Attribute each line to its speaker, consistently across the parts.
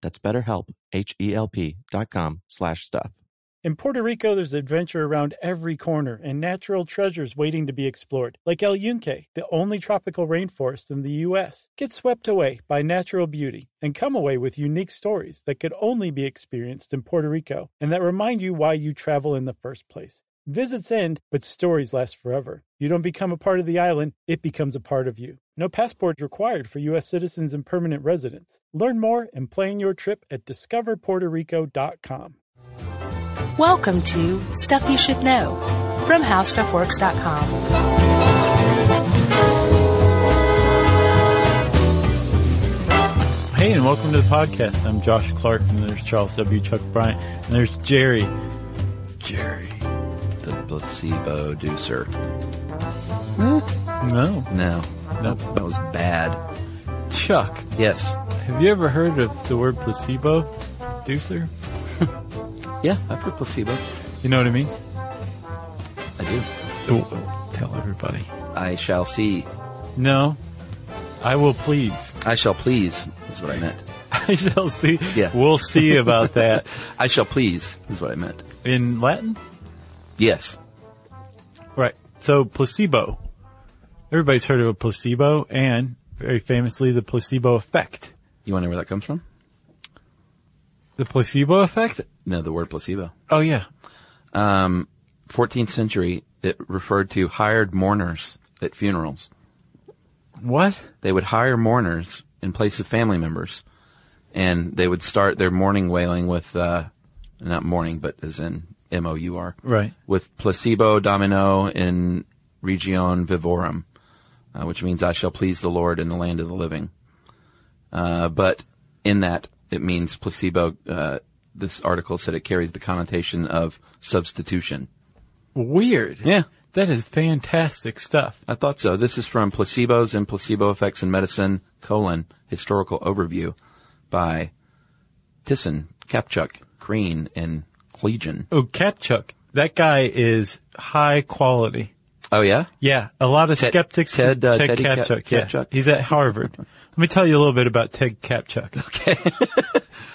Speaker 1: That's betterhelp, H-E-L-P dot com slash stuff.
Speaker 2: In Puerto Rico, there's adventure around every corner and natural treasures waiting to be explored, like El Yunque, the only tropical rainforest in the U.S. Get swept away by natural beauty and come away with unique stories that could only be experienced in Puerto Rico and that remind you why you travel in the first place. Visits end, but stories last forever. You don't become a part of the island, it becomes a part of you. No passport required for U.S. citizens and permanent residents. Learn more and plan your trip at discoverpuertorico.com.
Speaker 3: Welcome to Stuff You Should Know from HowStuffWorks.com.
Speaker 2: Hey, and welcome to the podcast. I'm Josh Clark, and there's Charles W. Chuck Bryant, and there's Jerry.
Speaker 4: Jerry, the placebo deucer.
Speaker 2: No.
Speaker 4: No,
Speaker 2: Nope.
Speaker 4: that was bad.
Speaker 2: Chuck,
Speaker 4: Yes.
Speaker 2: have you ever heard of the word placebo, Deucer?
Speaker 4: Yeah, I put placebo.
Speaker 2: You know what I mean?
Speaker 4: I do.
Speaker 2: Oh, Tell everybody.
Speaker 4: I shall see.
Speaker 2: No. I will please.
Speaker 4: I shall please. Is what I meant.
Speaker 2: I shall see.
Speaker 4: Yeah.
Speaker 2: We'll see about that.
Speaker 4: I shall please. Is what I meant.
Speaker 2: In Latin?
Speaker 4: Yes.
Speaker 2: Right. So placebo. Everybody's heard of a placebo and very famously the placebo effect.
Speaker 4: You want to know where that comes from?
Speaker 2: The placebo effect?
Speaker 4: No, the word placebo.
Speaker 2: Oh yeah.
Speaker 4: Um, 14th century, it referred to hired mourners at funerals.
Speaker 2: What?
Speaker 4: They would hire mourners in place of family members, and they would start their mourning wailing with, uh, not mourning, but as in M O U R,
Speaker 2: Right.
Speaker 4: with placebo domino in region vivorum, uh, which means I shall please the Lord in the land of the living. Uh, but in that, it means placebo. Uh, this article said it carries the connotation of substitution.
Speaker 2: Weird.
Speaker 4: Yeah.
Speaker 2: That is fantastic stuff.
Speaker 4: I thought so. This is from Placebos and Placebo Effects in Medicine, colon, historical overview by Tissen, Kapchuk, Green, and Clegian.
Speaker 2: Oh, Kapchuk. That guy is high quality.
Speaker 4: Oh yeah?
Speaker 2: Yeah, a lot of
Speaker 4: Ted-
Speaker 2: skeptics
Speaker 4: Ted, uh,
Speaker 2: Ted
Speaker 4: Teddy Kap-
Speaker 2: Kapchuk. yeah.
Speaker 4: Kapchuk?
Speaker 2: He's at Harvard. Let me tell you a little bit about Ted Kapchuk.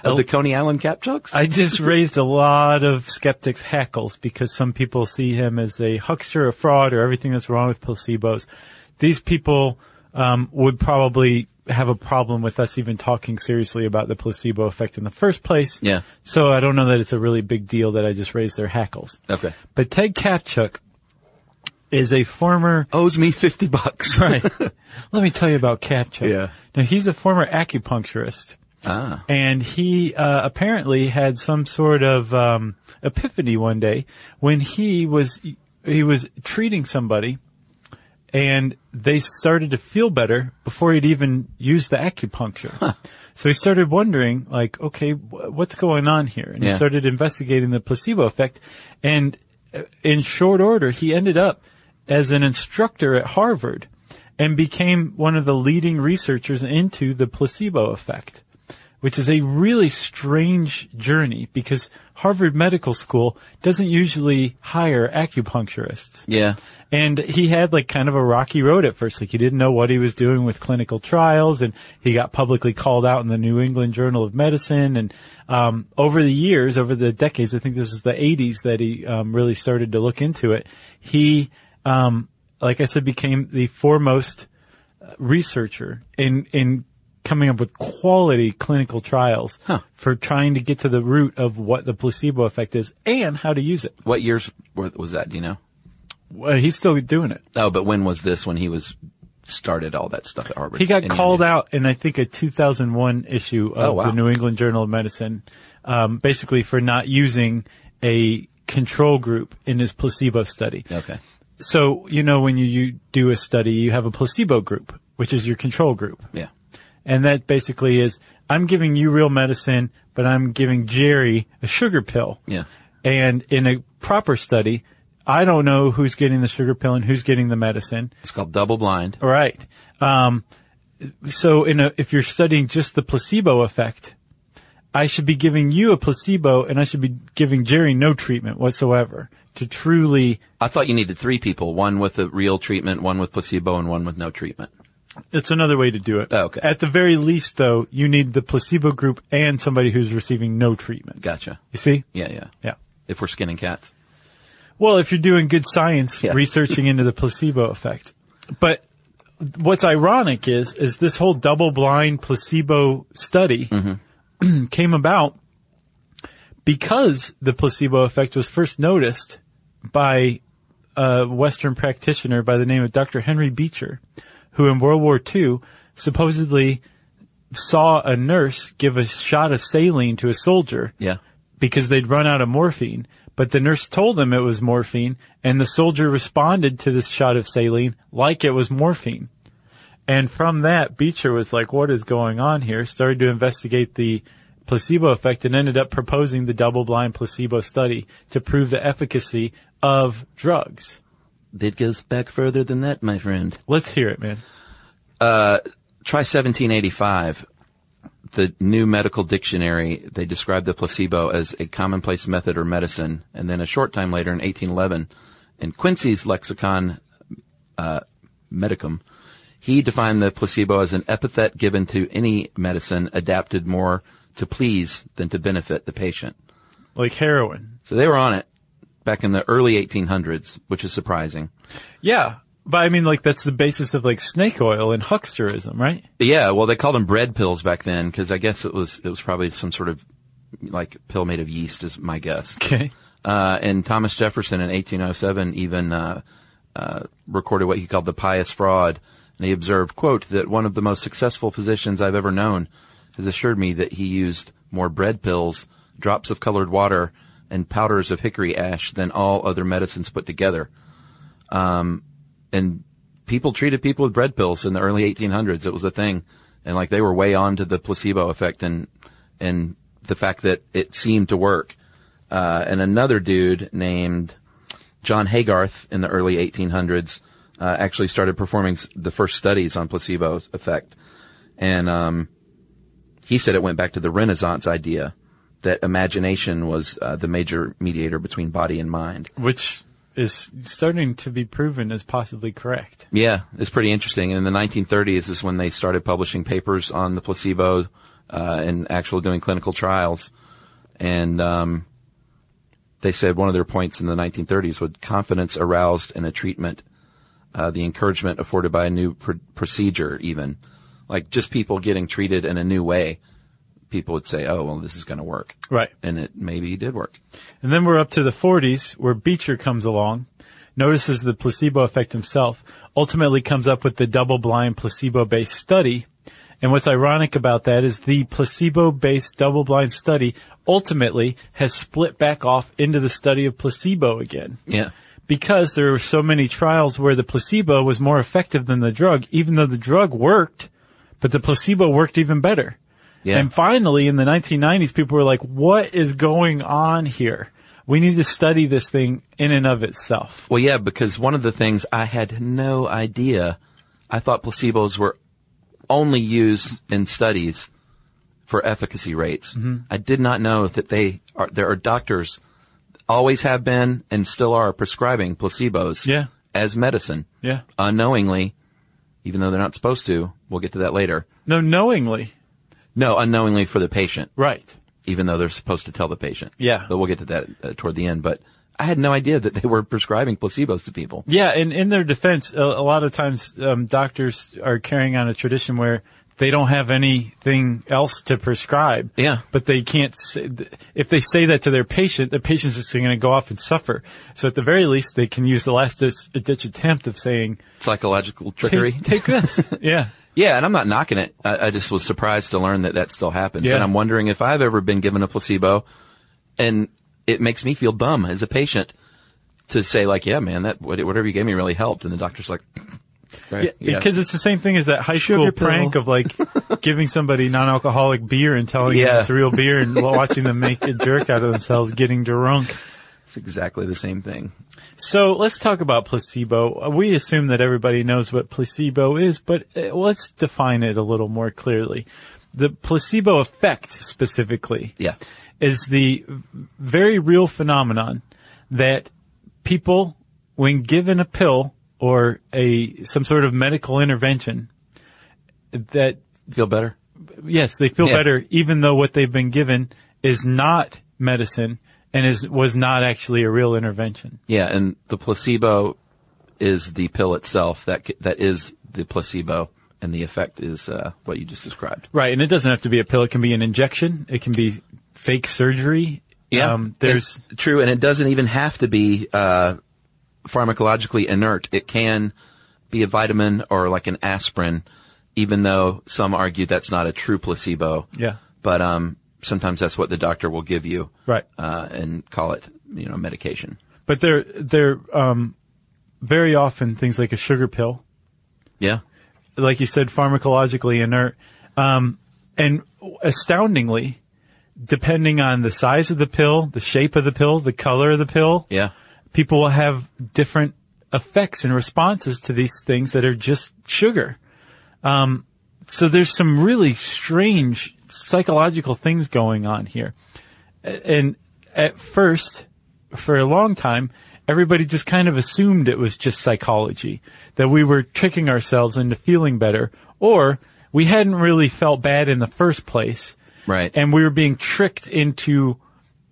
Speaker 4: Of the Coney Island Kapchuks?
Speaker 2: I just raised a lot of skeptics' hackles because some people see him as a huckster, a fraud, or everything that's wrong with placebos. These people um, would probably have a problem with us even talking seriously about the placebo effect in the first place.
Speaker 4: Yeah.
Speaker 2: So I don't know that it's a really big deal that I just raised their hackles.
Speaker 4: Okay.
Speaker 2: But Ted Kapchuk is a former
Speaker 4: Owes me 50 bucks.
Speaker 2: right. Let me tell you about Kapchuk.
Speaker 4: Yeah.
Speaker 2: Now he's a former acupuncturist.
Speaker 4: ah.
Speaker 2: And he uh, apparently had some sort of um, epiphany one day when he was he was treating somebody, and they started to feel better before he'd even used the acupuncture. So he started wondering, like, okay, wh- what's going on here? And he
Speaker 4: Yeah.
Speaker 2: started investigating the placebo effect. And uh, in short order, he ended up as an instructor at Harvard and became one of the leading researchers into the placebo effect which is a really strange journey because Harvard Medical School doesn't usually hire acupuncturists.
Speaker 4: Yeah.
Speaker 2: And he had like kind of a rocky road at first. Like he didn't know what he was doing with clinical trials and he got publicly called out in the New England Journal of Medicine. And, um, over the years, over the decades, I think this was the eighties that he, um, really started to look into it. He, um, like I said, became the foremost uh, researcher in, in coming up with quality clinical trials for trying to get to the root of what the placebo effect is and how to use it.
Speaker 4: What years were- was that, do you know?
Speaker 2: Well, he's still doing it.
Speaker 4: Oh, but when was this when he was started all that stuff at Harvard?
Speaker 2: He got
Speaker 4: And
Speaker 2: called out in I think a 2001 issue of
Speaker 4: Oh, wow.
Speaker 2: the New England Journal of Medicine, um, basically for not using a control group in his placebo study.
Speaker 4: Okay.
Speaker 2: So you know when you, you do a study, you have a placebo group, which is your control group,
Speaker 4: Yeah.
Speaker 2: and that basically is I'm giving you real medicine, but I'm giving Jerry a sugar pill.
Speaker 4: Yeah.
Speaker 2: And in a proper study, I don't know who's getting the sugar pill and who's getting the medicine.
Speaker 4: It's called double blind.
Speaker 2: Right. Um, so in a, if you're studying just the placebo effect, I should be giving you a placebo and I should be giving Jerry no treatment whatsoever to truly,
Speaker 4: I thought you needed three people, one with the real treatment, one with placebo, and one with no treatment.
Speaker 2: it's another way to do it.
Speaker 4: Oh, okay.
Speaker 2: At the very least though, you need the placebo group and somebody who's receiving no treatment.
Speaker 4: Gotcha.
Speaker 2: You see?
Speaker 4: Yeah, yeah.
Speaker 2: Yeah.
Speaker 4: If we're skinning cats.
Speaker 2: Well, if you're doing good science,
Speaker 4: Yeah.
Speaker 2: researching into the placebo effect. But what's ironic is, is this whole double blind placebo study
Speaker 4: Mm-hmm.
Speaker 2: came about because the placebo effect was first noticed by a Western practitioner by the name of Dr. Henry Beecher, who in World War II supposedly saw a nurse give a shot of saline to a soldier
Speaker 4: Yeah.
Speaker 2: because they'd run out of morphine. But the nurse told them it was morphine, and the soldier responded to this shot of saline like it was morphine. And from that, Beecher was like, what is going on here? Started to investigate the placebo effect and ended up proposing the double blind placebo study to prove the efficacy of drugs.
Speaker 4: It goes back further than that, my friend.
Speaker 2: Let's hear it, man.
Speaker 4: Try 1785. The new medical dictionary, they described the placebo as a commonplace method or medicine. And then a short time later in 1811, in Quincy's lexicon, uh, medicum, he defined the placebo as an epithet given to any medicine adapted more to please than to benefit the patient.
Speaker 2: Like heroin.
Speaker 4: So they were on it back in the early 1800s, which is surprising.
Speaker 2: Yeah. But I mean, like, that's the basis of like snake oil and hucksterism, right?
Speaker 4: Yeah, well, they called them bread pills back then because I guess it was it was probably some sort of like pill made of yeast, is my guess.
Speaker 2: Okay.
Speaker 4: Uh, and Thomas Jefferson in 1807 even uh, uh, recorded what he called the pious fraud, and he observed, "quote that one of the most successful physicians I've ever known has assured me that he used more bread pills, drops of colored water, and powders of hickory ash than all other medicines put together." and people treated people with bread pills in the early 1800s. It was a thing, and like they were way on to the placebo effect and and the fact that it seemed to work. Uh, and another dude named John Haygarth in the early 1800s uh, actually started performing s- the first studies on placebo effect, and um, he said it went back to the Renaissance idea that imagination was uh, the major mediator between body and mind.
Speaker 2: Which is starting to be proven as possibly correct.
Speaker 4: Yeah, it's pretty interesting. And in the 1930s is when they started publishing papers on the placebo uh, and actually doing clinical trials. And um, they said one of their points in the 1930s was confidence aroused in a treatment, uh, the encouragement afforded by a new pr- procedure, even like just people getting treated in a new way. People would say, "Oh, well, this is going to work,"
Speaker 2: Right.
Speaker 4: and it maybe did work.
Speaker 2: And then we're up to the 40s where Beecher comes along, notices the placebo effect himself, ultimately comes up with the double blind placebo based study. And what's ironic about that is the placebo based double blind study ultimately has split back off into the study of placebo again.
Speaker 4: Yeah,
Speaker 2: Because there were so many trials where the placebo was more effective than the drug, even though the drug worked, but the placebo worked even better.
Speaker 4: yeah.
Speaker 2: And finally, in the 1990s, people were like, what is going on here? We need to study this thing in and of itself.
Speaker 4: Well, yeah, because one of the things I had no idea, I thought placebos were only used in studies for efficacy rates.
Speaker 2: Mm-hmm.
Speaker 4: I did not know that they are, there are doctors always have been and still are prescribing placebos
Speaker 2: Yeah.
Speaker 4: as medicine
Speaker 2: Yeah.
Speaker 4: unknowingly, even though they're not supposed to. We'll get to that later.
Speaker 2: No, knowingly.
Speaker 4: No, unknowingly for the patient
Speaker 2: Right.
Speaker 4: even though they're supposed to tell the patient.
Speaker 2: Yeah.
Speaker 4: But we'll get to that uh, toward the end. But I had no idea that they were prescribing placebos to people.
Speaker 2: Yeah. And in their defense, a, a lot of times um, doctors are carrying on a tradition where they don't have anything else to prescribe.
Speaker 4: Yeah.
Speaker 2: But they can't, say, if they say that to their patient, the patient's just going to go off and suffer. So at the very least, they can use the last dis- ditch attempt of saying,
Speaker 4: Psychological trickery.
Speaker 2: take, take this. yeah.
Speaker 4: Yeah, and I'm not knocking it. I, I just was surprised to learn that that still happens.
Speaker 2: Yeah.
Speaker 4: And I'm wondering if I've ever been given a placebo and it makes me feel dumb as a patient to say like, yeah, man, that what- whatever you gave me really helped. And the doctor's like, Right? Yeah.
Speaker 2: Because it's the same thing as that high school
Speaker 1: Sugar pill.
Speaker 2: prank of like giving somebody non-alcoholic beer and telling
Speaker 4: Yeah.
Speaker 2: them it's real beer and watching them make a jerk out of themselves getting drunk.
Speaker 4: It's exactly the same thing.
Speaker 2: So let's talk about placebo. We assume that everybody knows what placebo is, but uh, let's define it a little more clearly. The placebo effect specifically
Speaker 4: Yeah.
Speaker 2: is the very real phenomenon that people, when given a pill or a, some sort of medical intervention, that
Speaker 4: Feel better?
Speaker 2: yes, they feel
Speaker 4: Yeah.
Speaker 2: better, even though what they've been given is not medicine and is, was not actually a real intervention.
Speaker 4: Yeah, and the placebo is the pill itself. That c- that is the placebo, and the effect is uh, what you just described.
Speaker 2: Right, and it doesn't have to be a pill. It can be an injection. It can be fake surgery. Um, there's
Speaker 4: It's true, and it doesn't even have to be uh, pharmacologically inert. It can be a vitamin or like an aspirin, even though some argue that's not a true placebo.
Speaker 2: Yeah.
Speaker 4: but um, sometimes that's what the doctor will give you,
Speaker 2: Right.
Speaker 4: Uh, and call it you know medication.
Speaker 2: but they're they're um, very often things like a sugar pill,
Speaker 4: Yeah,
Speaker 2: like you said, pharmacologically inert, um, and astoundingly, depending on the size of the pill, the shape of the pill, the color of the pill,
Speaker 4: yeah,
Speaker 2: people will have different effects and responses to these things that are just sugar. Um, so there's some really strange psychological things going on here. A- And at first, for a long time, everybody just kind of assumed it was just psychology, that we were tricking ourselves into feeling better, or we hadn't really felt bad in the first place
Speaker 4: right.
Speaker 2: and we were being tricked into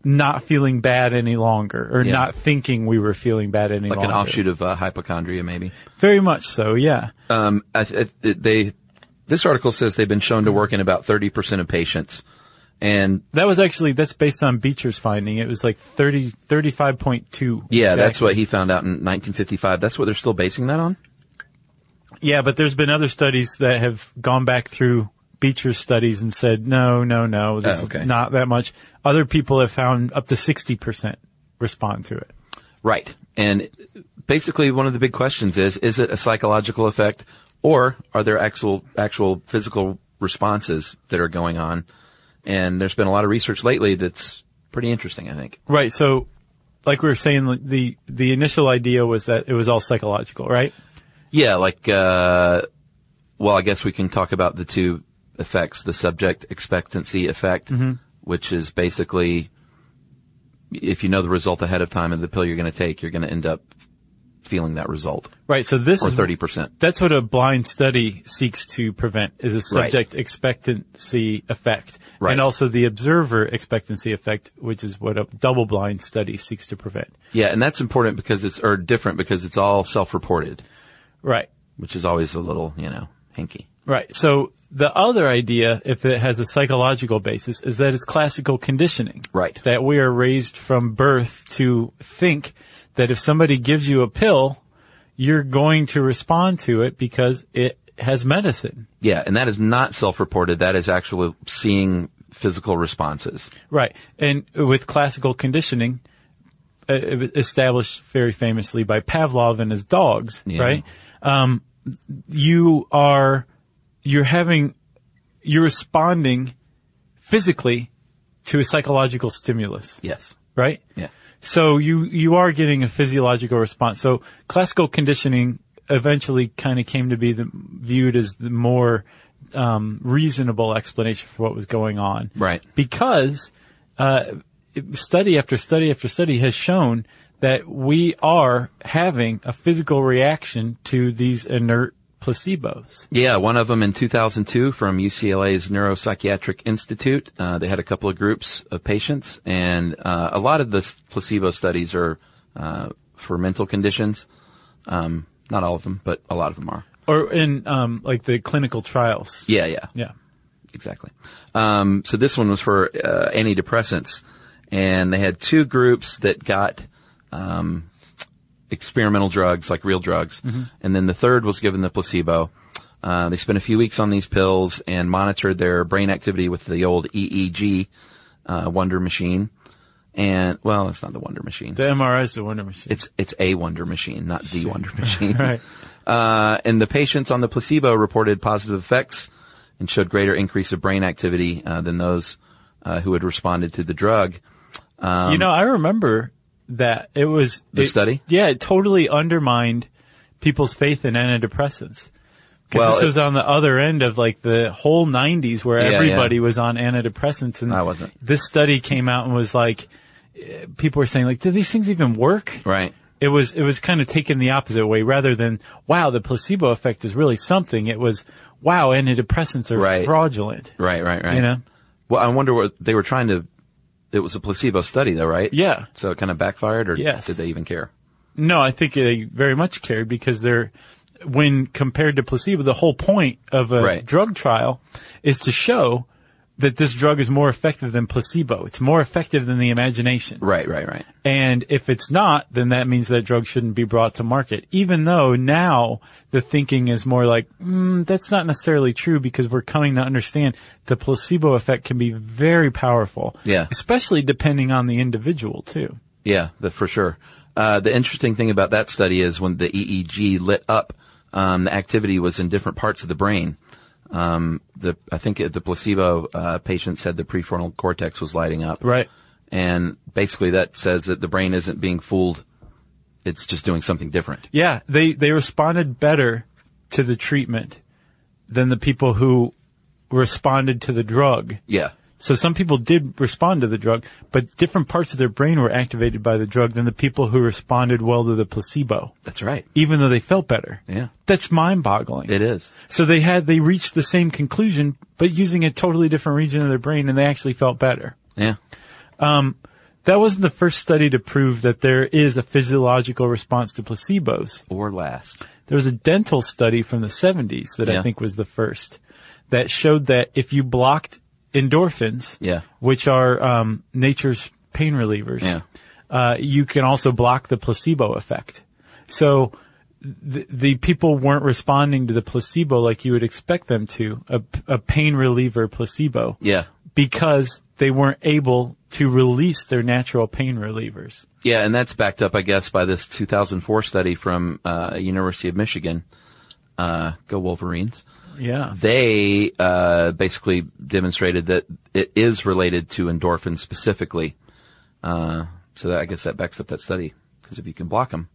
Speaker 2: not feeling bad any longer or
Speaker 4: Yeah.
Speaker 2: not thinking we were feeling bad any
Speaker 4: like
Speaker 2: longer.
Speaker 4: an offshoot of uh, hypochondria, maybe.
Speaker 2: Very much so, yeah.
Speaker 4: Um, I, th- I, they, this article says they've been shown to work in about 30% of patients. And
Speaker 2: That was actually, that's based on Beecher's finding. It was like 30, 35.2.
Speaker 4: yeah, that's
Speaker 2: exactly.
Speaker 4: what he found out in 1955. That's what they're still basing that on?
Speaker 2: Yeah, but there's been other studies that have gone back through Beecher's studies and said, no, no, no, this
Speaker 4: Oh, okay.
Speaker 2: is not that much. Other people have found up to 60% respond to it.
Speaker 4: Right. And basically one of the big questions is, is it a psychological effect or are there actual, actual physical responses that are going on? And there's been a lot of research lately that's pretty interesting, I think.
Speaker 2: Right. So, like we were saying, like, the, the initial idea was that it was all psychological, right?
Speaker 4: Yeah, like, uh, well, I guess we can talk about the two effects, the subject expectancy effect, which is basically if you know the result ahead of time of the pill you're going to take, you're going to end up feeling that result
Speaker 2: Right. So this
Speaker 4: or
Speaker 2: is
Speaker 4: 30%.
Speaker 2: That's what a blind study seeks to prevent is a
Speaker 4: Right.
Speaker 2: subject expectancy effect
Speaker 4: Right.
Speaker 2: and also the observer expectancy effect, which is what a double blind study seeks to prevent.
Speaker 4: Yeah. And that's important because it's, or different because it's all self-reported,
Speaker 2: Right.
Speaker 4: which is always a little, you know, hinky.
Speaker 2: Right. So the other idea, if it has a psychological basis, is that it's classical conditioning.
Speaker 4: Right.
Speaker 2: That we are raised from birth to think that if somebody gives you a pill, you're going to respond to it because it has medicine.
Speaker 4: Yeah. And that is not self-reported. That is actually seeing physical responses.
Speaker 2: Right. And with classical conditioning, uh, established very famously by Pavlov and his dogs,
Speaker 4: Yeah.
Speaker 2: right? Um, you are, you're having, you're responding physically to a psychological stimulus,
Speaker 4: Yes.
Speaker 2: right?
Speaker 4: Yeah.
Speaker 2: So you, you are getting a physiological response. So classical conditioning eventually kind of came to be the, viewed as the more, um, reasonable explanation for what was going on
Speaker 4: Right.
Speaker 2: because uh, study after study after study has shown that we are having a physical reaction to these inert placebos.
Speaker 4: Yeah, one of them in 2002 from UCLA's Neuropsychiatric Institute. Uh, they had a couple of groups of patients, and uh, a lot of the s- placebo studies are uh, for mental conditions. Um, not all of them, but a lot of them are.
Speaker 2: Or in um, like the clinical trials.
Speaker 4: Yeah, yeah,
Speaker 2: Yeah.
Speaker 4: exactly. Um, so this one was for uh, antidepressants, and they had two groups that got um, experimental drugs, like real drugs, and then the third was given the placebo. Uh, they spent a few weeks on these pills and monitored their brain activity with the old EEG uh, Wonder Machine. And well, it's not the Wonder Machine.
Speaker 2: The MRI is the wonder machine.
Speaker 4: It's it's a Wonder Machine, not the Wonder Machine.
Speaker 2: Right.
Speaker 4: Uh, and the patients on the placebo reported positive effects and showed greater increase of brain activity uh, than those uh, who had responded to the drug.
Speaker 2: you know, I remember that it was
Speaker 4: Um, The
Speaker 2: it-
Speaker 4: study?
Speaker 2: Yeah, it totally undermined people's faith in antidepressants. Because
Speaker 4: Well,
Speaker 2: this
Speaker 4: it-
Speaker 2: was on the other end of like the whole '90s, where
Speaker 4: Yeah, yeah.
Speaker 2: everybody was on antidepressants, and
Speaker 4: I wasn't.
Speaker 2: This study came out and was like, eh, people were saying like, "Do these things even work?"
Speaker 4: Right.
Speaker 2: it was it was kind of taken the opposite way rather than wow the placebo effect is really something it was wow antidepressants are
Speaker 4: Right.
Speaker 2: fraudulent
Speaker 4: Right, right, right.
Speaker 2: you know
Speaker 4: Well, I wonder what they were trying to. It was a placebo study, though, right?
Speaker 2: Yeah.
Speaker 4: So it kind of backfired, or
Speaker 2: Yes.
Speaker 4: did they even care?
Speaker 2: no i think they very much cared because they're when compared to placebo the whole point of a
Speaker 4: Right.
Speaker 2: drug trial is to show that this drug is more effective than placebo it's more effective than the imagination
Speaker 4: Right, right, right.
Speaker 2: And if it's not, then that means that drug shouldn't be brought to market. Even though now the thinking is more like, mm, that's not necessarily true because we're coming to understand the placebo effect can be very powerful.
Speaker 4: Yeah.
Speaker 2: Especially depending on the individual too.
Speaker 4: Yeah, the, for sure. Uh, the interesting thing about that study is when the EEG lit up, um, the activity was in different parts of the brain. Um, the I think it- the placebo uh, patient said the prefrontal cortex was lighting up.
Speaker 2: Right.
Speaker 4: And basically, that says that the brain isn't being fooled; it's just doing something different.
Speaker 2: Yeah. They, they responded better to the treatment than the people who responded to the drug.
Speaker 4: Yeah.
Speaker 2: So some people did respond to the drug, but different parts of their brain were activated by the drug than the people who responded well to the placebo.
Speaker 4: That's right.
Speaker 2: even though they felt better.
Speaker 4: Yeah.
Speaker 2: That's mind boggling.
Speaker 4: It is.
Speaker 2: So they had, they reached the same conclusion, but using a totally different region of their brain and they actually felt better.
Speaker 4: Yeah.
Speaker 2: That wasn't the first study to prove that there is a physiological response to placebos.
Speaker 4: Or last.
Speaker 2: There was a dental study from the 70s that
Speaker 4: Yeah.
Speaker 2: I think was the first that showed that if you blocked endorphins,
Speaker 4: Yeah.
Speaker 2: which are um, nature's pain relievers,
Speaker 4: Yeah.
Speaker 2: uh, you can also block the placebo effect. So th- the people weren't responding to the placebo like you would expect them to, a, a pain reliever placebo,
Speaker 4: Yeah.
Speaker 2: because they weren't able to release their natural pain relievers.
Speaker 4: Yeah, and that's backed up, I guess, by this 2004 study from uh, University of Michigan. Uh, go Wolverines!
Speaker 2: Yeah.
Speaker 4: They uh, basically demonstrated that it is related to endorphins specifically. Uh, so that, I guess that backs up that study because if you can block them,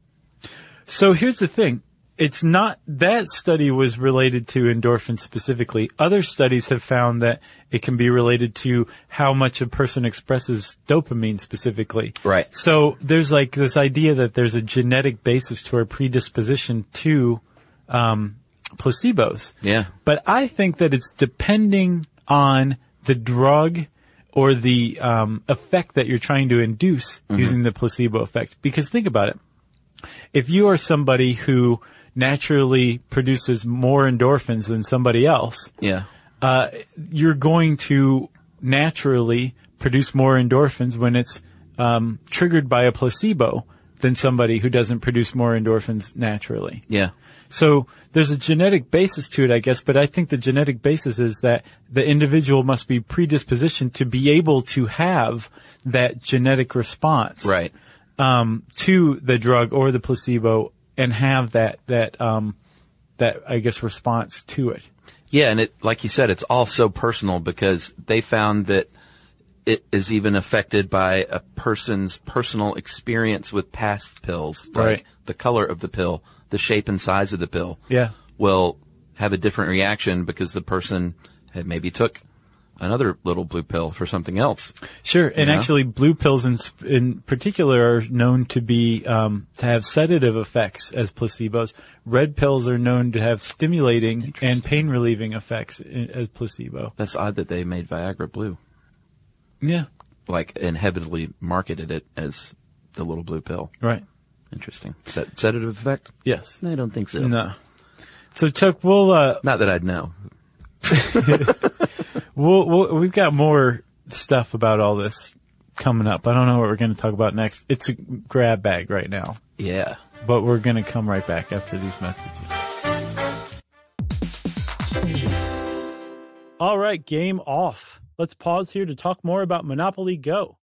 Speaker 2: So here's the thing. It's not that study was related to endorphins specifically. Other studies have found that it can be related to how much a person expresses dopamine specifically.
Speaker 4: Right.
Speaker 2: So there's like this idea that there's a genetic basis to our predisposition to um, placebos.
Speaker 4: Yeah.
Speaker 2: But I think that it's depending on the drug or the um, effect that you're trying to induce using the placebo effect. Because think about it. If you are somebody who naturally produces more endorphins than somebody else,
Speaker 4: yeah,
Speaker 2: uh, you're going to naturally produce more endorphins when it's um, triggered by a placebo than somebody who doesn't produce more endorphins naturally.
Speaker 4: yeah,
Speaker 2: So there's a genetic basis to it, I guess, but I think the genetic basis is that the individual must be predispositioned to be able to have that genetic response
Speaker 4: right,
Speaker 2: um, to the drug or the placebo and have that that um, that I guess response to it.
Speaker 4: yeah. And it, like you said, it's all so personal because they found that it is even affected by a person's personal experience with past pills, like
Speaker 2: Right.
Speaker 4: the color of the pill, the shape and size of the pill.
Speaker 2: Yeah.
Speaker 4: will have a different reaction because the person had maybe took another little blue pill for something else.
Speaker 2: Sure, and
Speaker 4: know?
Speaker 2: actually, blue pills in sp- in particular are known to be um, to have sedative effects as placebos. Red pills are known to have stimulating and pain relieving effects i as placebo.
Speaker 4: That's odd that they made Viagra blue,
Speaker 2: Yeah,
Speaker 4: like and heavily marketed it as the little blue pill.
Speaker 2: right.
Speaker 4: Interesting. Sed- sedative effect?
Speaker 2: Yes.
Speaker 4: I don't think so.
Speaker 2: No. So Chuck, we'll uh,
Speaker 4: Not that I'd know.
Speaker 2: we'll, we'll we've got more stuff about all this coming up. I don't know what we're going to talk about next. It's a grab bag right now,
Speaker 4: Yeah.
Speaker 2: but we're going to come right back after these messages.
Speaker 5: All right, game off. Let's pause here to talk more about Monopoly Go.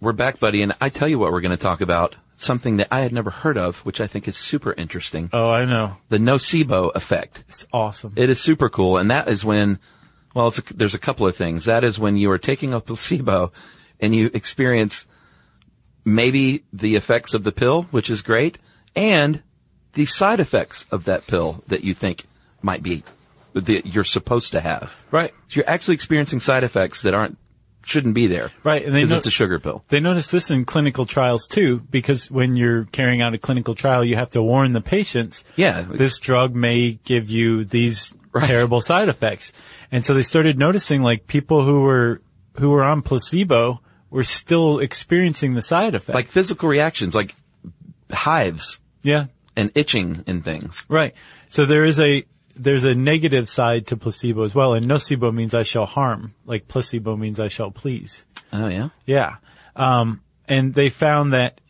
Speaker 4: we're back, buddy, and I tell you what we're going to talk about. Something that I had never heard of, which I think is super interesting.
Speaker 2: Oh, I know.
Speaker 4: The nocebo effect.
Speaker 2: It's awesome.
Speaker 4: It is super cool, and that is when, well, it's a, there's a couple of things. That is when you are taking a placebo, and you experience maybe the effects of the pill, which is great, and the side effects of that pill that you think might be that you're supposed to have.
Speaker 2: Right.
Speaker 4: So you're actually experiencing side effects that aren't shouldn't be there.
Speaker 2: Right, and they
Speaker 4: Because
Speaker 2: know-
Speaker 4: it's a sugar pill.
Speaker 2: They notice this in clinical trials too, because when you're carrying out a clinical trial, you have to warn the patients.
Speaker 4: Yeah.
Speaker 2: This drug may give you these terrible side effects. And so they started noticing like people who were, who were on placebo were still experiencing the side effects.
Speaker 4: Like physical reactions, like hives
Speaker 2: yeah.
Speaker 4: and itching and things.
Speaker 2: Right. So there is a, there's a negative side to placebo as well. And nocebo means I shall harm. Like placebo means I shall please.
Speaker 4: Oh yeah.
Speaker 2: Yeah. Um, and they found that,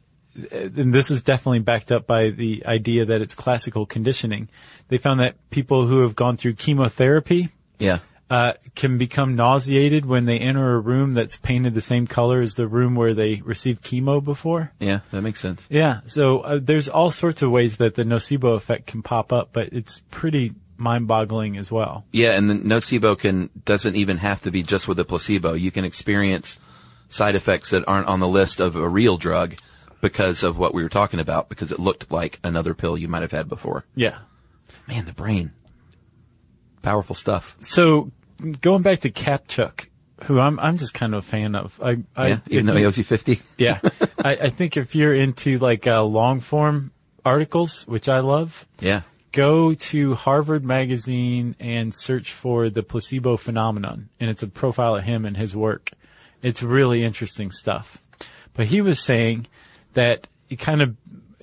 Speaker 2: and this is definitely backed up by the idea that it's classical conditioning. They found that people who have gone through chemotherapy
Speaker 4: Yeah.
Speaker 2: uh, can become nauseated when they enter a room that's painted the same color as the room where they received chemo before.
Speaker 4: Yeah. That makes sense.
Speaker 2: Yeah. So uh, there's all sorts of ways that the nocebo effect can pop up, but it's pretty mind-boggling as well.
Speaker 4: Yeah. And the nocebo can, doesn't even have to be just with a placebo. You can experience side effects that aren't on the list of a real drug because of what we were talking about, because it looked like another pill you might have had before.
Speaker 2: Yeah.
Speaker 4: Man, the brain. Powerful stuff.
Speaker 2: So going back to Kapchuk, who I'm I'm just kind of a fan of. I, I
Speaker 4: yeah. Even
Speaker 2: if
Speaker 4: though
Speaker 2: you-
Speaker 4: he owes you 50.
Speaker 2: yeah. I, I think if you're into like uh, long form articles, which I love,
Speaker 4: Yeah.
Speaker 2: go to Harvard Magazine and search for the placebo phenomenon. And it's a profile of him and his work. It's really interesting stuff. But he was saying that it kind of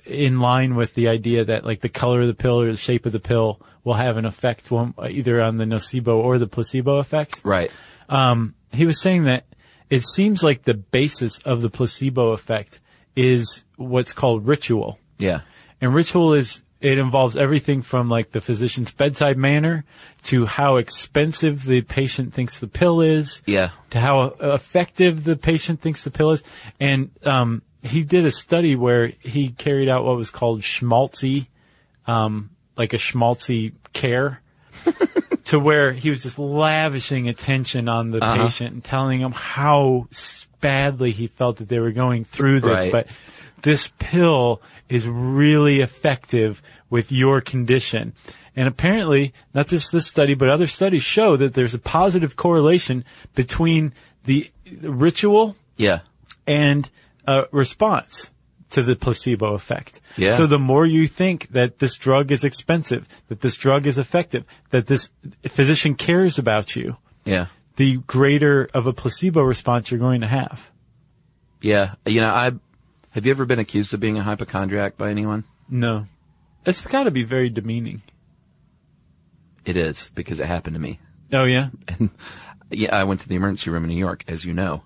Speaker 2: in line with the idea that like the color of the pill or the shape of the pill will have an effect one, either on the nocebo or the placebo effect
Speaker 4: Right.
Speaker 2: he was saying that it seems like the basis of the placebo effect is what's called ritual.
Speaker 4: Yeah.
Speaker 2: And ritual is, it involves everything from like the physician's bedside manner to how expensive the patient thinks the pill is.
Speaker 4: Yeah.
Speaker 2: To how effective the patient thinks the pill is. And, um, he did a study where he carried out what was called schmaltzy, um, like a schmaltzy care to where he was just lavishing attention on the patient and telling him how s- badly he felt that they were going through this.
Speaker 4: Right.
Speaker 2: But this pill is really effective with your condition. And apparently, not just this study, but other studies show that there's a positive correlation between the ritual
Speaker 4: Yeah.
Speaker 2: and uh, response to the placebo effect.
Speaker 4: Yeah.
Speaker 2: So the more you think that this drug is expensive, that this drug is effective, that this physician cares about you,
Speaker 4: Yeah.
Speaker 2: the greater of a placebo response you're going to have.
Speaker 4: Yeah. You know, I, have you ever been accused of being a hypochondriac by anyone?
Speaker 2: No. It's got to be very demeaning.
Speaker 4: It is because it happened to me.
Speaker 2: Oh yeah.
Speaker 4: Yeah, I went to the emergency room in New York, as you know.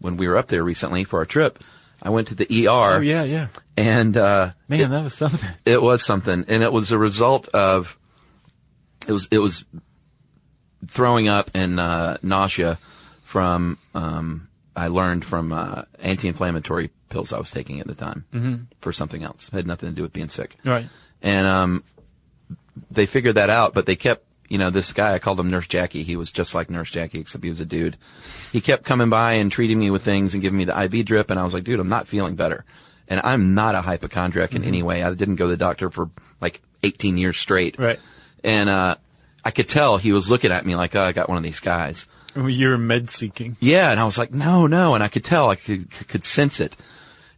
Speaker 4: When we were up there recently for our trip, I went to the ER
Speaker 2: Oh yeah, yeah.
Speaker 4: and uh,
Speaker 2: Man, that was something.
Speaker 4: it was something, and it was a result of it was it was throwing up and uh, nausea from um, I learned from uh, anti-inflammatory pills I was taking at the time
Speaker 2: Mm-hmm.
Speaker 4: for something else. It had nothing to do with being sick.
Speaker 2: Right.
Speaker 4: And um, they figured that out, but they kept, you know, this guy, I called him Nurse Jackie. He was just like Nurse Jackie, except he was a dude. He kept coming by and treating me with things and giving me the IV drip. And I was like, dude, I'm not feeling better. And I'm not a hypochondriac in any way. I didn't go to the doctor for like 18 years straight.
Speaker 2: Right.
Speaker 4: And, uh, I could tell he was looking at me like, oh, I got one of these guys.
Speaker 2: You're med seeking.
Speaker 4: Yeah, and I was like, no, no, and I could tell, I could could sense it,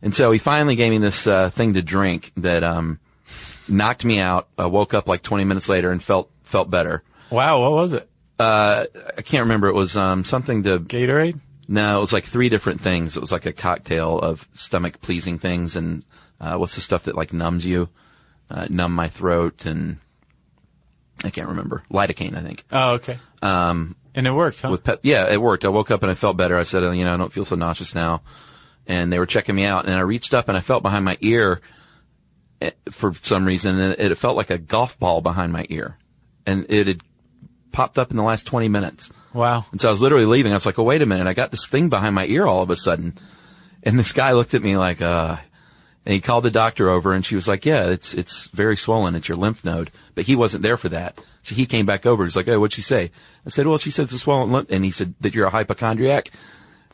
Speaker 4: and so he finally gave me this uh, thing to drink that um, knocked me out. I woke up like 20 minutes later and felt felt better.
Speaker 2: Wow, what was it?
Speaker 4: I can't remember. It was um, something to
Speaker 2: Gatorade?
Speaker 4: no, it was like three different things. It was like a cocktail of stomach pleasing things and uh, what's the stuff that like numbs you, uh, numb my throat, and I can't remember lidocaine, I think.
Speaker 2: Oh, okay. Um, and it worked, huh?
Speaker 4: with pep. Yeah, it worked. I woke up and I felt better. I said, you know, I don't feel so nauseous now. And they were checking me out and I reached up and I felt behind my ear eh, for some reason and it it felt like a golf ball behind my ear and it had popped up in the last 20 minutes.
Speaker 2: wow.
Speaker 4: And so I was literally leaving. I was like, oh, wait a minute. I got this thing behind my ear all of a sudden. And this guy looked at me like, uh, and he called the doctor over and she was like, yeah, it's, it's very swollen. It's your lymph node, but he wasn't there for that. So he came back over. He's like, Hey, what'd she say? I said, well, she said it's a swollen lymph. And he said that you're a hypochondriac.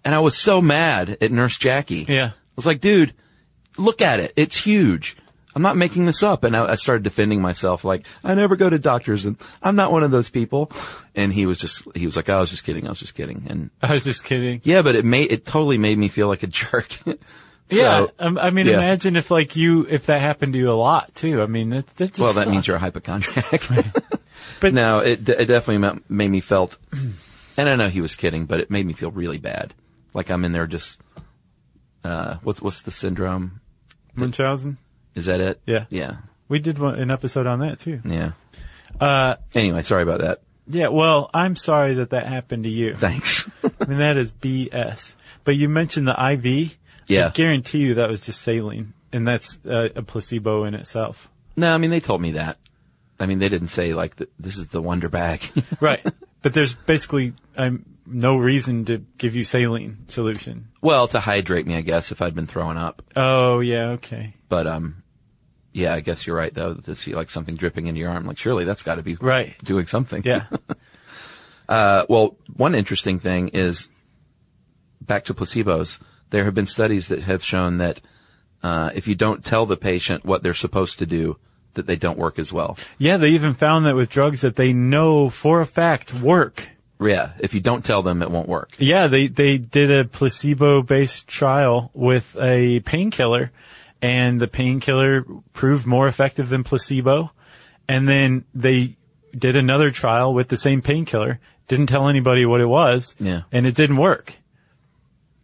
Speaker 4: And I was so mad at nurse Jackie.
Speaker 2: Yeah.
Speaker 4: I was like, dude, look at it. It's huge. I'm not making this up. And I, I started defending myself like, I never go to doctors and I'm not one of those people. And he was just, he was like, I was just kidding. I was just kidding. And
Speaker 2: I was just kidding.
Speaker 4: yeah, but it made, it totally made me feel like a jerk. So,
Speaker 2: yeah. Um, I mean,
Speaker 4: yeah.
Speaker 2: imagine if like you, if that happened to you a lot too. I mean, that, that just
Speaker 4: Well, that means
Speaker 2: sucks.
Speaker 4: you're a hypochondriac.
Speaker 2: But-
Speaker 4: but no, it, d- it definitely ma- made me felt, and I know he was kidding, but it made me feel really bad. Like I'm in there just, uh, what's, what's the syndrome?
Speaker 2: Munchausen.
Speaker 4: Is that it?
Speaker 2: Yeah.
Speaker 4: Yeah.
Speaker 2: We did one, an episode on that too.
Speaker 4: Yeah. Uh, anyway, sorry about that.
Speaker 2: Yeah. Well, I'm sorry that that happened to you.
Speaker 4: Thanks.
Speaker 2: I mean, that is BS. But you mentioned the IV. I
Speaker 4: Yeah.
Speaker 2: guarantee you that was just saline and that's uh, a placebo in itself.
Speaker 4: no, I mean, they told me that. I mean, they didn't say like, th- this is the wonder bag.
Speaker 2: Right. but there's basically um, no reason to give you saline solution.
Speaker 4: well, to hydrate me, I guess, if I'd been throwing up.
Speaker 2: Oh, yeah. Okay.
Speaker 4: But, um, yeah, I guess you're right though, to see like something dripping into your arm. Like surely that's gotta be
Speaker 2: Right.
Speaker 4: doing something.
Speaker 2: Yeah.
Speaker 4: Uh, well, one interesting thing is back to placebos. There have been studies that have shown that uh, if you don't tell the patient what they're supposed to do, that they don't work as well.
Speaker 2: yeah. They even found that with drugs that they know for a fact work.
Speaker 4: Yeah, if you don't tell them, it won't work.
Speaker 2: Yeah. They, they did a placebo based trial with a painkiller and the painkiller proved more effective than placebo. And then they did another trial with the same painkiller, didn't tell anybody what it was.
Speaker 4: Yeah.
Speaker 2: And it didn't work.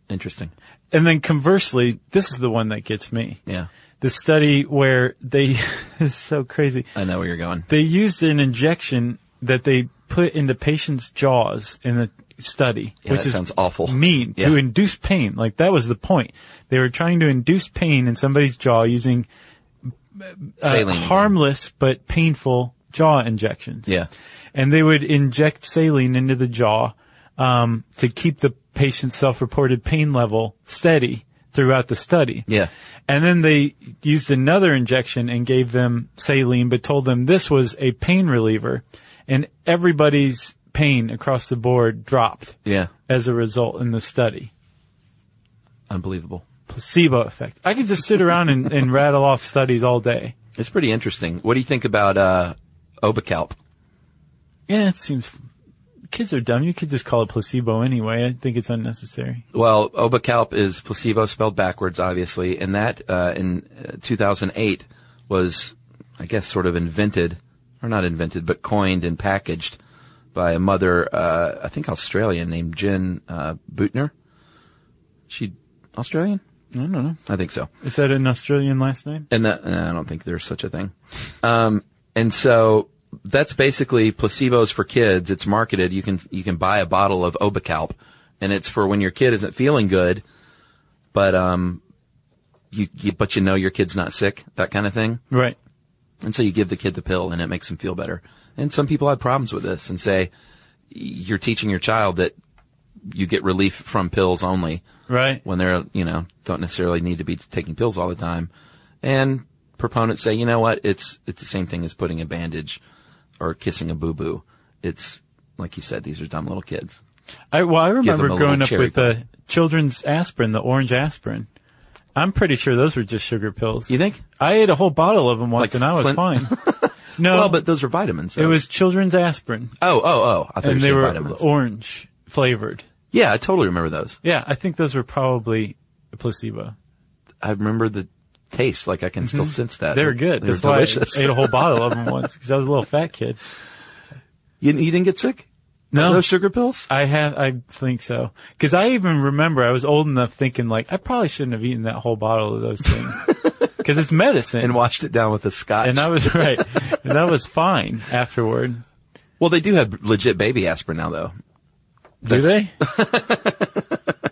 Speaker 4: Interesting.
Speaker 2: And then conversely, this is the one that gets me.
Speaker 4: Yeah,
Speaker 2: the study where they is so crazy.
Speaker 4: I know where you're going.
Speaker 2: They used an injection that they put into patients' jaws in the study,
Speaker 4: Yeah,
Speaker 2: which
Speaker 4: that
Speaker 2: is
Speaker 4: sounds awful.
Speaker 2: mean
Speaker 4: Yeah.
Speaker 2: to induce pain. Like that was the point. They were trying to induce pain in somebody's jaw using uh,
Speaker 4: Saline.
Speaker 2: harmless but painful jaw injections.
Speaker 4: Yeah.
Speaker 2: And they would inject saline into the jaw um, to keep the patient's self-reported pain level steady throughout the study.
Speaker 4: Yeah.
Speaker 2: And then they used another injection and gave them saline, but told them this was a pain reliever, and everybody's pain across the board dropped
Speaker 4: Yeah.
Speaker 2: as a result in the study.
Speaker 4: Unbelievable.
Speaker 2: Placebo effect. I could just sit around and, and rattle off studies all day.
Speaker 4: It's pretty interesting. What do you think about uh, Obacalp?
Speaker 2: Yeah, it seems kids are dumb. You could just call it placebo anyway. I think it's unnecessary.
Speaker 4: Well, obacalp is placebo spelled backwards, obviously, and that uh, in uh, 2008 was, I guess, sort of invented, or not invented, but coined and packaged by a mother, uh, I think Australian, named Jen uh, Butner. She Australian?
Speaker 2: I don't know.
Speaker 4: I think so.
Speaker 2: Is that an Australian last name?
Speaker 4: And that, no, I don't think there's such a thing. Um, and so that's basically placebos for kids. It's marketed. You can, you can buy a bottle of Obacalp and it's for when your kid isn't feeling good, but, um, you, you, but you know your kid's not sick, that kind of thing.
Speaker 2: Right.
Speaker 4: And so you give the kid the pill and it makes them feel better. And some people have problems with this and say, you're teaching your child that you get relief from pills only
Speaker 2: Right.
Speaker 4: when they're, you know, don't necessarily need to be taking pills all the time. And proponents say, you know what? It's, it's the same thing as putting a bandage or kissing a boo-boo. It's, like you said, these are dumb little kids.
Speaker 2: I, well, I remember
Speaker 4: them a
Speaker 2: growing
Speaker 4: little
Speaker 2: up
Speaker 4: cherry
Speaker 2: with uh, children's aspirin, the orange aspirin. I'm pretty sure those were just sugar pills.
Speaker 4: You think?
Speaker 2: I ate a whole bottle of them once
Speaker 4: Like
Speaker 2: and I was
Speaker 4: Flint-
Speaker 2: fine. No,
Speaker 4: well, but those are vitamins. so-
Speaker 2: it was children's aspirin,
Speaker 4: oh, oh, oh. I thought
Speaker 2: and
Speaker 4: you
Speaker 2: they
Speaker 4: said
Speaker 2: were
Speaker 4: vitamins.
Speaker 2: orange flavored.
Speaker 4: yeah, I totally remember those.
Speaker 2: Yeah, I think those were probably a placebo.
Speaker 4: I remember the taste. Like I can still sense that.
Speaker 2: They were Mm-hmm. good.
Speaker 4: They're
Speaker 2: That's why
Speaker 4: delicious.
Speaker 2: I ate a whole bottle of them once because I was a little fat kid.
Speaker 4: you, you didn't get sick?
Speaker 2: No.
Speaker 4: Those sugar pills?
Speaker 2: I have, I think so. Cause I even remember I was old enough thinking like, I probably shouldn't have eaten that whole bottle of those things. Cause it's medicine.
Speaker 4: And washed it down with a scotch.
Speaker 2: And I was right. and that was fine afterward.
Speaker 4: well, they do have legit baby aspirin now, though.
Speaker 2: Do they?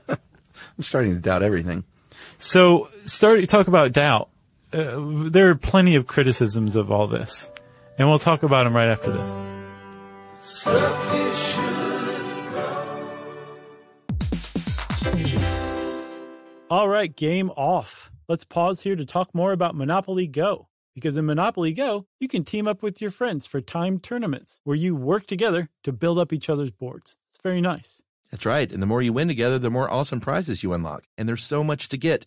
Speaker 4: I'm starting to doubt everything.
Speaker 2: So start talk about doubt. Uh, there are plenty of criticisms of all this, and we'll talk about them right after this.
Speaker 5: All right, game off. Let's pause here to talk more about Monopoly Go. Because in Monopoly Go, you can team up with your friends for timed tournaments where you work together to build up each other's boards. It's very nice.
Speaker 4: That's right. And the more you win together, the more awesome prizes you unlock. And there's so much to get.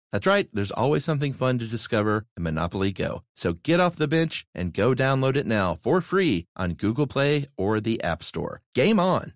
Speaker 4: That's right, there's always something fun to discover in Monopoly Go. So get off the bench and go download it now for free on Google Play or the App Store. Game on!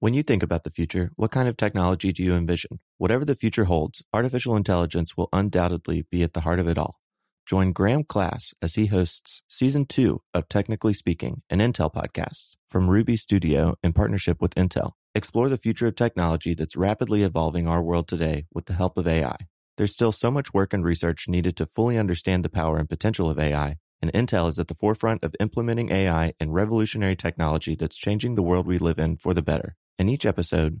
Speaker 1: When you think about the future, what kind of technology do you envision? Whatever the future holds, artificial intelligence will undoubtedly be at the heart of it all. Join Graham Class as he hosts season two of Technically Speaking, an Intel podcast from Ruby Studio in partnership with Intel. Explore the future of technology that's rapidly evolving our world today with the help of AI. There's still so much work and research needed to fully understand the power and potential of AI, and Intel is at the forefront of implementing AI and revolutionary technology that's changing the world we live in for the better. In each episode,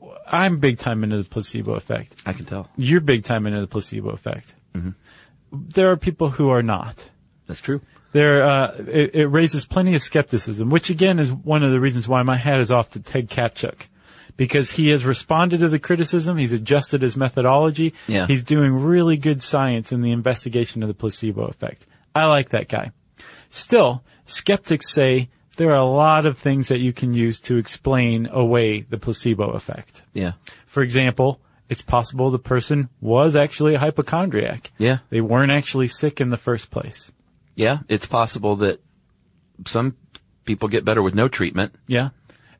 Speaker 2: I'm big time into the placebo effect.
Speaker 4: I can tell.
Speaker 2: You're big time into the placebo effect. There are people who are not.
Speaker 4: That's true.
Speaker 2: There, uh, it, it raises plenty of skepticism, which again is one of the reasons why my hat is off to Ted Kapchuk, because he has responded to the criticism. He's adjusted his methodology.
Speaker 4: Yeah.
Speaker 2: He's doing really good science in the investigation of the placebo effect. I like that guy. Still, skeptics say there are a lot of things that you can use to explain away the placebo effect.
Speaker 4: Yeah.
Speaker 2: For example, it's possible the person was actually a hypochondriac.
Speaker 4: Yeah.
Speaker 2: They weren't actually sick in the first place.
Speaker 4: Yeah, it's possible that some people get better with no treatment.
Speaker 2: Yeah.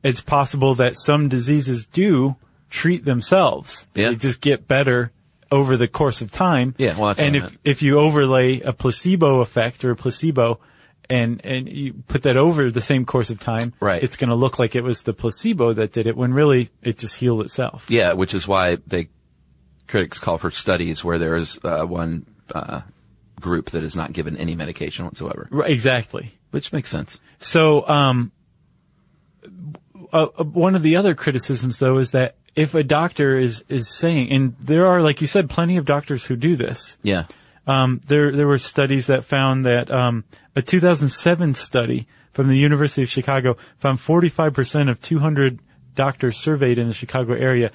Speaker 2: It's possible that some diseases do treat themselves.
Speaker 4: Yeah.
Speaker 2: They just get better over the course of time.
Speaker 4: Yeah, well, that's what
Speaker 2: and
Speaker 4: I
Speaker 2: if,
Speaker 4: meant.
Speaker 2: if you overlay a placebo effect or a placebo and and you put that over the same course of time,
Speaker 4: Right.
Speaker 2: It's going to look like it was the placebo that did it, when really it just healed itself.
Speaker 4: Yeah, which is why they critics call for studies where there is uh, one uh, group that is not given any medication whatsoever,
Speaker 2: Right, exactly.
Speaker 4: which makes sense.
Speaker 2: So, um, uh, uh, one of the other criticisms though is that if a doctor is, is saying, and there are, like you said, plenty of doctors who do this.
Speaker 4: Yeah,
Speaker 2: Um, there, there were studies that found that, um, a 2007 study from the University of Chicago found 45% of 200 doctors surveyed in the Chicago area,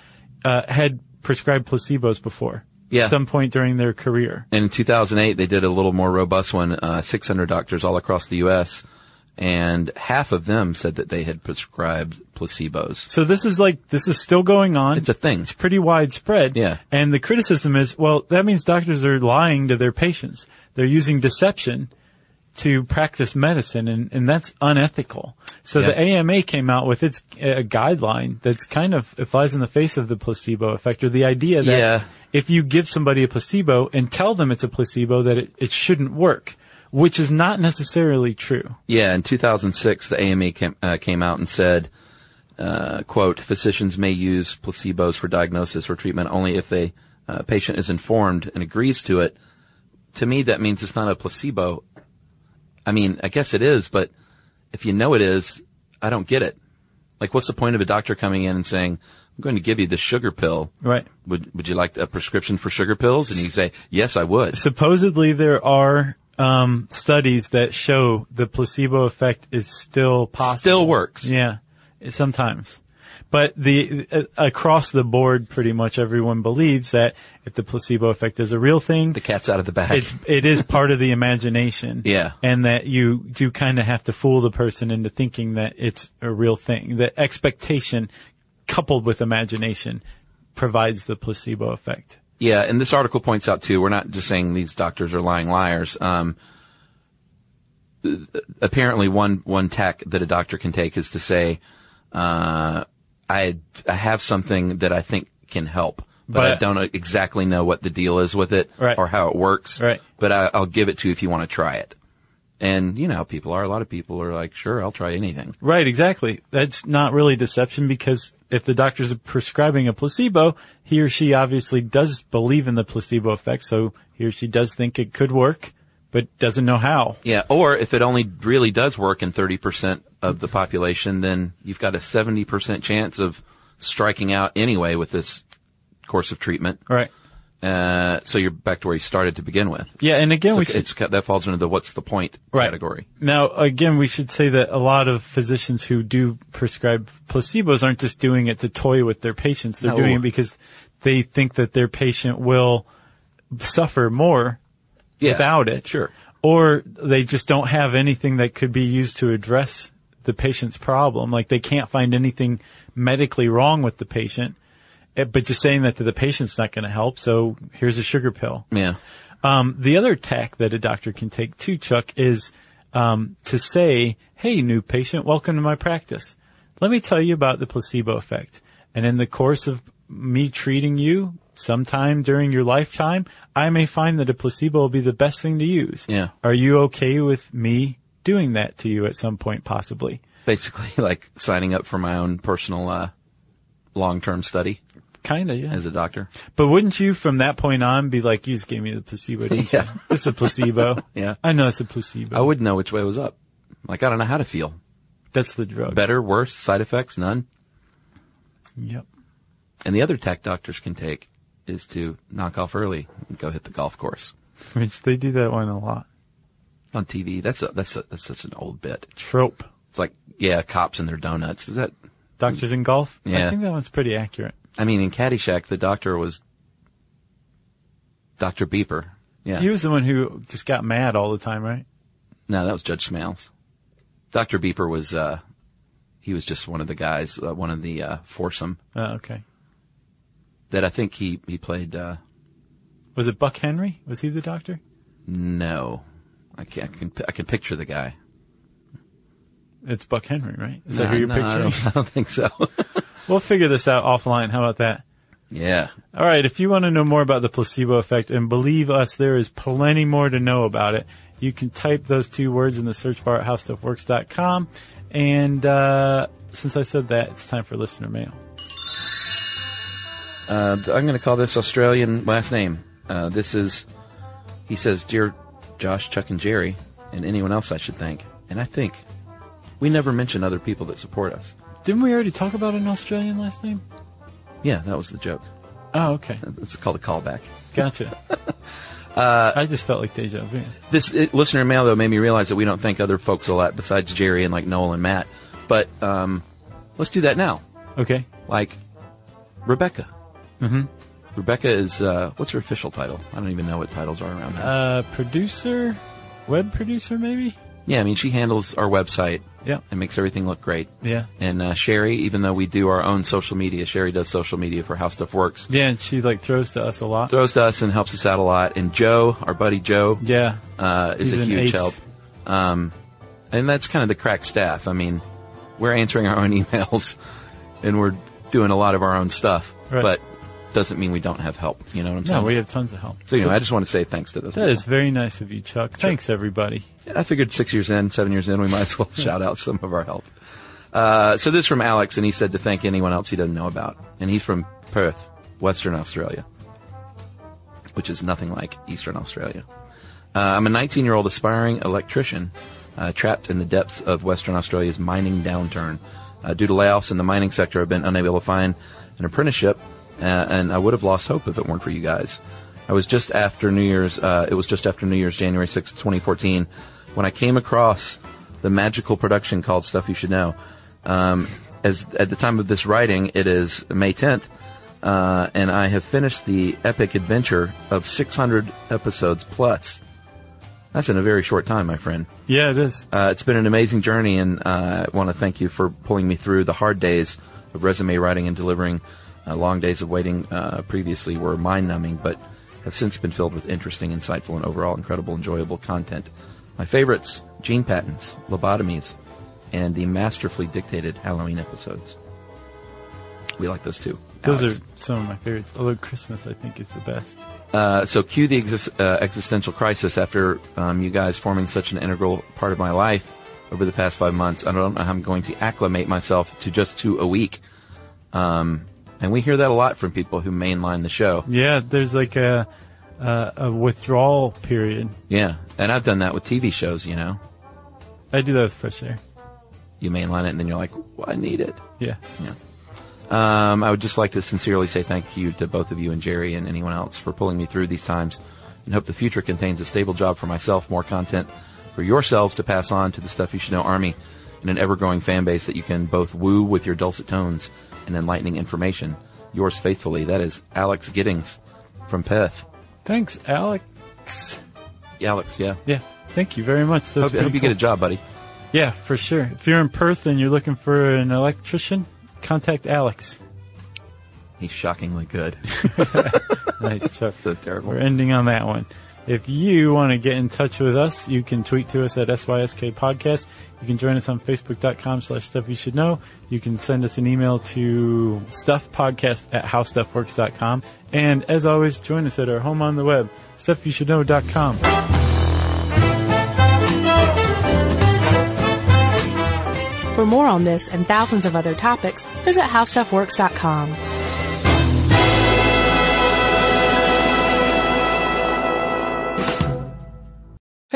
Speaker 2: uh, had prescribed placebos before.
Speaker 4: Yeah.
Speaker 2: Some point during their career.
Speaker 4: in 2008 they did a little more robust one, uh, 600 doctors all across the U.S. and half of them said that they had prescribed placebos.
Speaker 2: So this is like, this is still going on.
Speaker 4: It's a thing.
Speaker 2: it's pretty widespread.
Speaker 4: Yeah.
Speaker 2: And the criticism is, well, that means doctors are lying to their patients. They're using deception to practice medicine and, and that's unethical. So
Speaker 4: Yeah.
Speaker 2: the AMA came out with its uh, guideline that's kind of, it flies in the face of the placebo effect or the idea that
Speaker 4: Yeah.
Speaker 2: if you give somebody a placebo and tell them it's a placebo that it, it shouldn't work, which is not necessarily true.
Speaker 4: Yeah, in 2006, the AMA came, uh, came out and said, uh, quote, physicians may use placebos for diagnosis or treatment only if the uh, patient is informed and agrees to it. To me, that means it's not a placebo. I mean, I guess it is, but if you know it is, I don't get it. Like, what's the point of a doctor coming in and saying, I'm going to give you this sugar pill.
Speaker 2: Right.
Speaker 4: Would, would you like a prescription for sugar pills? And you say, yes, I would.
Speaker 2: supposedly there are um, studies that show the placebo effect is still possible.
Speaker 4: Still works.
Speaker 2: Yeah, sometimes. But the uh, across the board, pretty much everyone believes that if the placebo effect is a real thing,
Speaker 4: The cat's out of the bag.
Speaker 2: it's it is part of the imagination.
Speaker 4: Yeah.
Speaker 2: and that you do kind of have to fool the person into thinking that it's a real thing. That expectation coupled with imagination provides the placebo effect.
Speaker 4: Yeah, and this article points out too, we're not just saying these doctors are lying liars. Um, apparently one, one tack that a doctor can take is to say, uh, I, I have something that I think can help, but, I
Speaker 2: But-
Speaker 4: don't exactly know what the deal is with it
Speaker 2: Right.
Speaker 4: or how it works,
Speaker 2: Right.
Speaker 4: but I, I'll give it to you if you want to try it. And you know how people are, a lot of people are like, sure, I'll try anything.
Speaker 2: Right, exactly. That's not really deception because if the doctor's prescribing a placebo, he or she obviously does believe in the placebo effect, so he or she does think it could work, but doesn't know how.
Speaker 4: Yeah, or if it only really does work in 30% of the population, then you've got a 70% chance of striking out anyway with this course of treatment.
Speaker 2: Right.
Speaker 4: Uh, so you're back to where you started to begin with.
Speaker 2: Yeah, and again,
Speaker 4: So
Speaker 2: we
Speaker 4: it's,
Speaker 2: should,
Speaker 4: that falls into the what's the point category.
Speaker 2: Now, again, we should say that a lot of physicians who do prescribe placebos aren't just doing it to toy with their patients. They're
Speaker 4: No.
Speaker 2: doing it because they think that their patient will suffer more
Speaker 4: Yeah.
Speaker 2: without it.
Speaker 4: Sure.
Speaker 2: Or they just don't have anything that could be used to address the patient's problem. Like they can't find anything medically wrong with the patient. Eh, But just saying that to the patient's not going to help. So here's a sugar pill.
Speaker 4: Yeah.
Speaker 2: Um, the other tack that a doctor can take too, Chuck, is um, to say, "Hey, new patient, welcome to my practice. Let me tell you about the placebo effect. And in the course of me treating you, sometime during your lifetime, I may find that a placebo will be the best thing to use.
Speaker 4: Yeah.
Speaker 2: Are you okay with me doing that to you at some point, possibly?
Speaker 4: Basically like signing up for my own personal, uh, long-term study
Speaker 2: Kinda, yeah.
Speaker 4: as a doctor.
Speaker 2: But wouldn't you, from that point on, be like, "You just gave me the placebo, didn't
Speaker 4: Yeah.
Speaker 2: you? It's a placebo.
Speaker 4: Yeah.
Speaker 2: I know it's a placebo.
Speaker 4: I wouldn't know which way was up. Like I don't know how to feel.
Speaker 2: That's the drug.
Speaker 4: Better, worse, side effects, none.
Speaker 2: Yep.
Speaker 4: And the other tack doctors can take is to knock off early and go hit the golf course
Speaker 2: Which they do that one a lot.
Speaker 4: on TV. That's a, that's a, that's such an old bit.
Speaker 2: Trope.
Speaker 4: It's like yeah, cops and their donuts. Is that?
Speaker 2: Doctors in golf.
Speaker 4: Yeah.
Speaker 2: I think that one's pretty accurate.
Speaker 4: I mean, in Caddyshack, the doctor was Doctor Beeper. Yeah,
Speaker 2: He was the one who just got mad all the time, right?
Speaker 4: no, that was Judge Smales. Doctor Beeper was uh, he was just one of the guys, uh, one of the uh, foursome
Speaker 2: Oh, okay.
Speaker 4: that I think he he played. Uh,
Speaker 2: Was it Buck Henry? Was he the doctor?
Speaker 4: no, I can I can I can picture the guy.
Speaker 2: It's Buck Henry, right? Is
Speaker 4: No,
Speaker 2: that who you're
Speaker 4: no, I
Speaker 2: picturing?
Speaker 4: don't, I don't think so.
Speaker 2: We'll figure this out offline. How about that?
Speaker 4: yeah.
Speaker 2: All right. If you want to know more about the placebo effect and believe us, there is plenty more to know about it. You can type those two words in the search bar at howstuffworks.com. And uh, since I said that, it's time for listener mail.
Speaker 4: Uh, th- I'm going to call this Australian last name. Uh, this is, he says, Dear Josh, Chuck, and Jerry, and anyone else I should thank. And I think we never mention other people that support us.
Speaker 2: Didn't we already talk about an Australian last name?
Speaker 4: Yeah, that was the joke.
Speaker 2: Oh, okay.
Speaker 4: It's called a callback.
Speaker 2: Gotcha.
Speaker 4: Uh,
Speaker 2: I just felt like deja vu.
Speaker 4: This uh, listener mail, though, made me realize that we don't thank other folks a lot besides Jerry and like Noel and Matt. But um, let's do that now.
Speaker 2: Okay.
Speaker 4: Like Rebecca. Mm-hmm. Rebecca is, uh, what's her official title? I don't even know what titles are around now.
Speaker 2: Uh, producer? Web producer, maybe?
Speaker 4: Yeah, I mean, she handles our website.
Speaker 2: Yeah.
Speaker 4: And makes everything look great.
Speaker 2: Yeah.
Speaker 4: And uh, Sherry, even though we do our own social media, Sherry does social media for How Stuff Works.
Speaker 2: Yeah, and she like throws to us a lot.
Speaker 4: Throws to us and helps us out a lot. And Joe, our buddy Joe,
Speaker 2: Yeah.
Speaker 4: uh, is
Speaker 2: He's
Speaker 4: a
Speaker 2: an
Speaker 4: huge
Speaker 2: ace.
Speaker 4: help. Um, and that's kind of the crack staff. I mean, we're answering our own emails and we're doing a lot of our own stuff,
Speaker 2: Right.
Speaker 4: but doesn't mean we don't have help. You know what I'm
Speaker 2: No,
Speaker 4: saying?
Speaker 2: we have tons of help.
Speaker 4: so, you know, I just want to say thanks to those.
Speaker 2: That is very nice of you, Chuck. Thanks, everybody.
Speaker 4: I figured six years in, seven years in, we might as well shout out some of our help. Uh, so this is from Alex, and he said to thank anyone else he doesn't know about. And he's from Perth, Western Australia, which is nothing like Eastern Australia. Uh, I'm a 19 year old aspiring electrician uh, trapped in the depths of Western Australia's mining downturn. Uh, due to layoffs in the mining sector, I've been unable to find an apprenticeship, uh, and I would have lost hope if it weren't for you guys. I was just after New Year's, uh, it was just after New Year's, January 6th, 2014, when I came across the magical production called Stuff You Should Know. Um, as at the time of this writing, it is May 10th, uh, and I have finished the epic adventure of 600 episodes plus. That's in a very short time, my friend.
Speaker 2: Yeah, it is.
Speaker 4: Uh, it's been an amazing journey, and uh, I want to thank you for pulling me through the hard days of resume writing and delivering. Uh, long days of waiting uh, previously were mind numbing, but have since been filled with interesting, insightful, and overall incredible, enjoyable content. My favorites gene patents, lobotomies, and the masterfully dictated Halloween episodes. We like those too.
Speaker 2: Those
Speaker 4: Alex.
Speaker 2: are some of my favorites. Although Christmas, I think, is the best.
Speaker 4: Uh, so cue the exis- uh, existential crisis after um, you guys forming such an integral part of my life over the past five months. I don't know how I'm going to acclimate myself to just two a week. Um, and we hear that a lot from people who mainline the show.
Speaker 2: Yeah, there's like a uh, a withdrawal period.
Speaker 4: Yeah. And I've done that with TV shows, you know.
Speaker 2: I do that with fresh air.
Speaker 4: You mainline it and then you're like, well, I need it.
Speaker 2: Yeah.
Speaker 4: Yeah. Um, I would just like to sincerely say thank you to both of you and Jerry and anyone else for pulling me through these times and hope the future contains a stable job for myself, more content for yourselves to pass on to the Stuff You Should Know Army and an ever-growing fan base that you can both woo with your dulcet tones and enlightening information. Yours faithfully, that is Alex Giddings from Perth.
Speaker 2: Thanks, Alex.
Speaker 4: Yeah, Alex, yeah.
Speaker 2: Yeah. Thank you very much. That's
Speaker 4: Hope, hope you get a job, buddy.
Speaker 2: Yeah, for sure. If you're in Perth and you're looking for an electrician, contact Alex.
Speaker 4: He's shockingly good.
Speaker 2: Nice, Chuck.
Speaker 4: so terrible.
Speaker 2: We're ending on that one. If you want to get in touch with us, you can tweet to us at SYSK Podcast. You can join us on Facebook.com slash Stuff You Should Know. You can send us an email to stuffpodcast at howstuffworks.com. And as always, join us at our home on the web, stuffyoushouldknow.com.
Speaker 3: For more on this and thousands of other topics, visit howstuffworks.com.